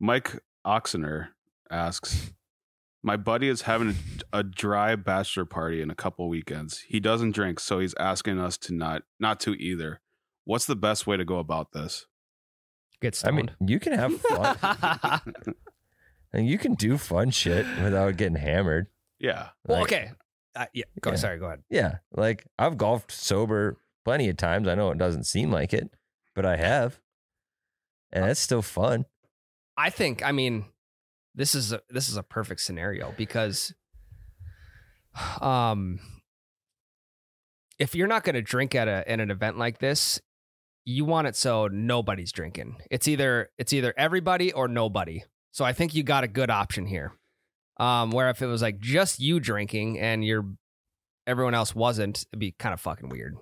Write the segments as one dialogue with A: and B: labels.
A: Mike Oxener asks, "My buddy is having a, a dry bachelor party in a couple weekends. He doesn't drink, so he's asking us to not not to either. What's the best way to go about this?
B: Get
C: I
B: stoned.
C: mean, you can have fun.
B: well,
C: and you can do fun shit without getting hammered.
A: Yeah,
C: Like,
B: okay. Uh, yeah. Go.
C: Yeah.
B: Sorry. Go ahead.
C: Yeah. Like I've golfed sober plenty of times. I know it doesn't seem like it, but I have. And
B: Uh,
C: that's still fun.
B: I think I mean this is a, this is a perfect scenario because um if you're not going to drink at a at an event like this, you want it so nobody's drinking. It's either it's either everybody or nobody. So I think you got a good option here. Um where if it was like just you drinking and your everyone else wasn't, it'd be kind of fucking weird.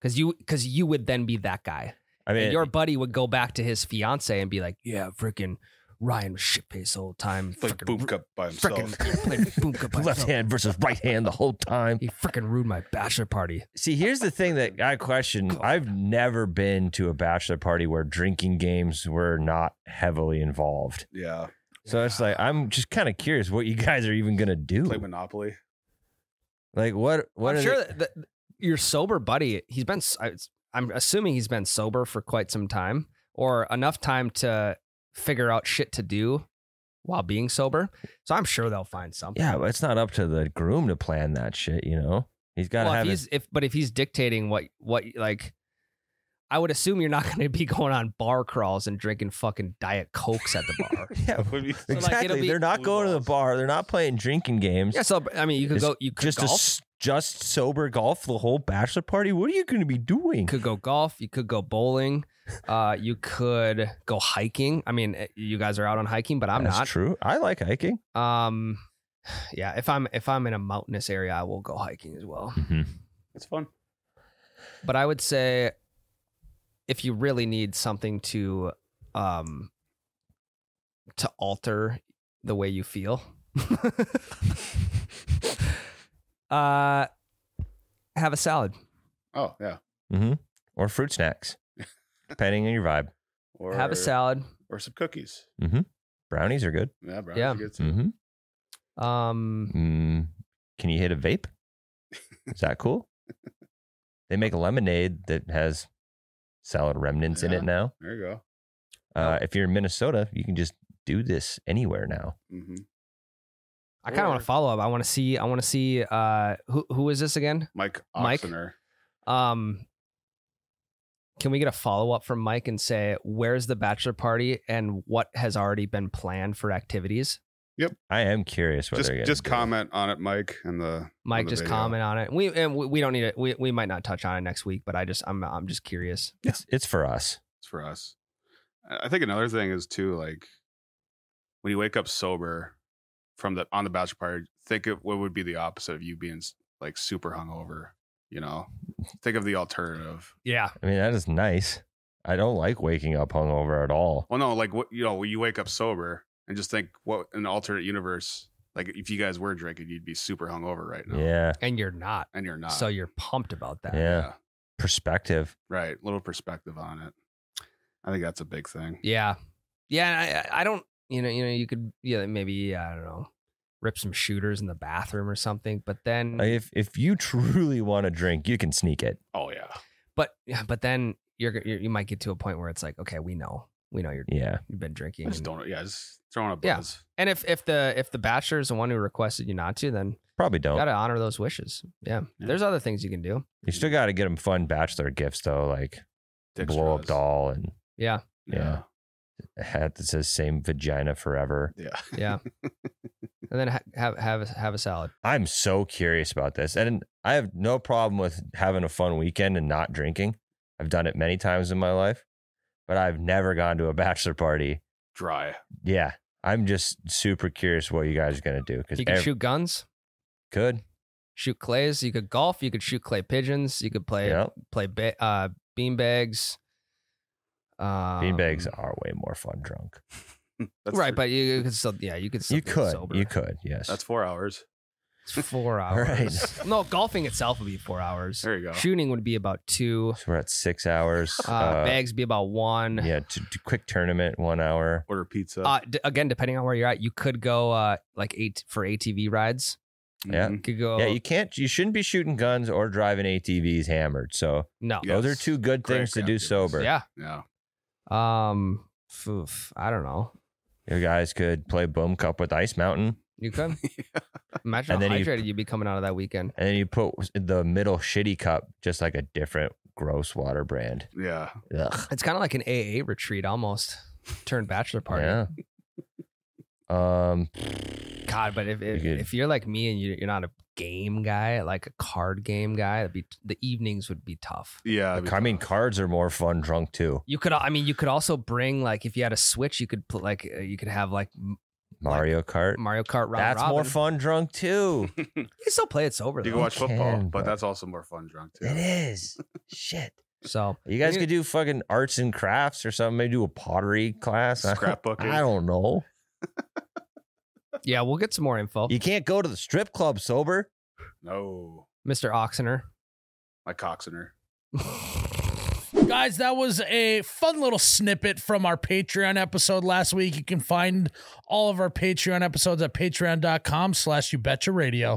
B: Cuz you cuz you would then be that guy.
C: I mean,
B: And your buddy would go back to his fiance and be like, "Yeah, freaking Ryan was shit faced the whole time.
A: like
B: Frickin'
A: boom
B: ru-
A: cup by himself.
B: frickin' played boom cup by
C: left
B: himself.
C: hand versus right hand the whole time.
B: He freaking ruined my bachelor party.
C: See, here's the thing that I question. I've never been to a bachelor party where drinking games were not heavily involved.
A: Yeah,
C: So it's like I'm just kind of curious what you guys are even gonna do.
A: play Monopoly.
C: Like what? What
B: I'm
C: are
B: sure
C: they-
B: that, that your sober buddy, he's been. s- I- it's- I'm assuming he's been sober for quite some time, or enough time to figure out shit to do while being sober. So I'm sure they'll find something.
C: Yeah, but it's not up to the groom to plan that shit. You know, he's got to
B: well, if
C: have his
B: he's if but if he's dictating what what like I would assume you're not going to be going on bar crawls and drinking fucking diet cokes at the bar.
C: Yeah,
A: Would be-
B: like, it'll
C: exactly.
B: be-
C: They're not
A: Blue
C: going to the
A: balls.
C: bar. They're not playing drinking games.
B: yeah, so I mean, you could
C: It's
B: go you could
C: just a
B: golf,
C: s- just sober golf the whole bachelor party. What are you going to be doing?
B: you could go golf, you could go bowling, uh, you could go hiking. I mean, eh, you guys are out on hiking, but I'm
C: That's
B: not.
C: true. I like hiking.
B: Um, yeah, if I'm if I'm in a mountainous area, I will go hiking as well.
C: Mm-hmm.
A: It's fun.
B: But I would say if you really need something to um to alter the way you feel. uh have a salad.
A: Oh yeah,
C: hmm Or fruit snacks, depending on your vibe.
A: or
B: have a salad.
A: or some cookies.
C: Brownies are good.
A: Yeah, bro.
B: Yeah.
A: Mm-hmm.
C: hmm
B: Um
C: Mm. Can you hit a vape? Is that cool? they make a lemonade that has salad remnants in
A: Yeah.
C: it now.
A: There you go. Oh.
C: Uh, if you're in Minnesota, you can just do this anywhere now.
A: hmm
B: I kind of want
A: Or-
B: to follow up. I want to see I want to see uh who who is this again?
A: Mike
B: Mike?
A: Oxener.
B: Um can we get a follow up from Mike and say where's the bachelor party and what has already been planned for activities?
C: I am curious what
A: Just
C: they're gonna
A: just
C: do.
A: comment on it, Mike, and the on
B: Mike,
A: the
B: just
A: video.
B: comment on it. We and we, we don't need it. We, we might not touch on it next week, but I just I'm I'm just curious.
C: It's it's for us.
A: It's for us. I I think another thing is too like when you wake up sober from the on the bachelor party, think of what would be the opposite of you being s- like super hungover. You know, think of the alternative.
B: Yeah,
C: I mean, that is nice. I don't like waking up hungover at all.
A: Well, no, like what you know, when you wake up sober and just think what an alternate universe. Like if you guys were drinking, you'd be super hungover right now.
C: Yeah,
B: and you're not,
A: and you're not.
B: so you're pumped about that.
C: Yeah. perspective.
A: right. Little perspective on it. I think that's a big thing.
B: yeah, yeah. and I, I don't, you know, you know, you could, yeah, maybe I don't know, rip some shooters in the bathroom or something. But then,
A: Mm.
C: Like, if if you truly want to drink, you can sneak it.
A: Oh yeah.
B: but but then you're, you're you might get to a point where it's like, okay, we know, we know you're
C: Yeah,
B: you've been drinking.
A: I just
B: and-
A: don't. Yeah, just throwing a
B: Yeah.
A: buzz.
B: And if if the if the bachelor is the one who requested you not to, then
C: probably
B: you
C: don't.
B: gotta honor those wishes. yeah,
A: Yeah.
B: there's other things you can do.
C: you still got to get them fun bachelor gifts though, like
A: Dick
C: blow up
A: straws.
C: doll and
B: Yeah,
C: Yeah. a hat that says "same vagina forever."
A: Yeah.
B: Yeah. and then ha- have have a, have a salad.
C: I'm so curious about this, and I have no problem with having a fun weekend and not drinking. I've done it many times in my life, but I've never gone to a bachelor party
A: Dry.
C: yeah, I'm just super curious what you guys are gonna do because
B: You can shoot guns,
C: could
B: shoot clays. You could golf. You could shoot clay pigeons. You could play
C: yeah.
B: play ba- uh, bean bags. Um,
C: Beanbags are way more fun drunk.
A: That's
B: right,
A: thr-
B: but you could still yeah you could still
C: you
B: do it
C: could,
B: sober.
C: you could, yes.
A: that's four hours.
B: It's four
C: All
B: hours.
C: right.
B: No, golfing itself would be four hours.
A: There you go.
B: Shooting would be about two.
C: So we're at six hours.
B: Uh, bags would be about one.
C: yeah, t- t- quick tournament, one hour.
A: Order pizza.
B: Uh, d- again, depending on where you're at, you could go uh, like eight for ATV rides.
C: yeah.
A: Mhm.
B: You could go.
C: Yeah, you can't, you shouldn't be shooting guns or driving ATVs hammered. So
B: no.
A: Yeah.
C: those are
A: Yes.
C: two good
A: Great
C: things to do
A: examples.
C: sober.
B: Yeah.
A: Mm-hmm. Yeah.
B: Um. Oof, I don't know.
C: You guys could play Boom Cup with Ice Mountain,
B: You could imagine
C: And
B: how
C: then you-
B: hydrated you, would be coming out of that weekend.
C: and then you put the middle shitty cup, just like a different gross water brand.
A: Yeah.
C: Ugh.
B: It's kind of like an AA retreat almost. Turned bachelor party.
C: Yeah. Um,
B: God, but if if,
C: You could-
B: if you're like me and you, you're not a game guy, like a card game guy, that'd be the evenings would be tough.
A: Yeah.
C: I
A: that'd be
C: mean,
A: tough.
C: cards are more fun drunk too.
B: You could, al- I mean, you could also bring like if you had a Switch, you could put like uh, you could have like M-
C: Mario Kart.
B: Mario Kart. Round
C: That's more
B: Robin.
C: fun drunk too.
B: You can still play it sober
A: you
B: though.
A: can watch football,
C: can,
A: but
C: but-
A: that's also more fun drunk too.
C: It is. Shit.
B: so
C: You guys
B: need-
C: could do fucking arts and crafts or something. Maybe do a pottery class. I don't-
A: Scrapbooking.
C: I don't know.
B: yeah, we'll get some more info.
C: You can't go to the strip club sober.
A: No,
B: Mr. Oxener.
A: my coxener.
D: Guys, that was a fun little snippet from our Patreon episode last week. You can find all of our Patreon episodes at patreon.com slash you betcha radio.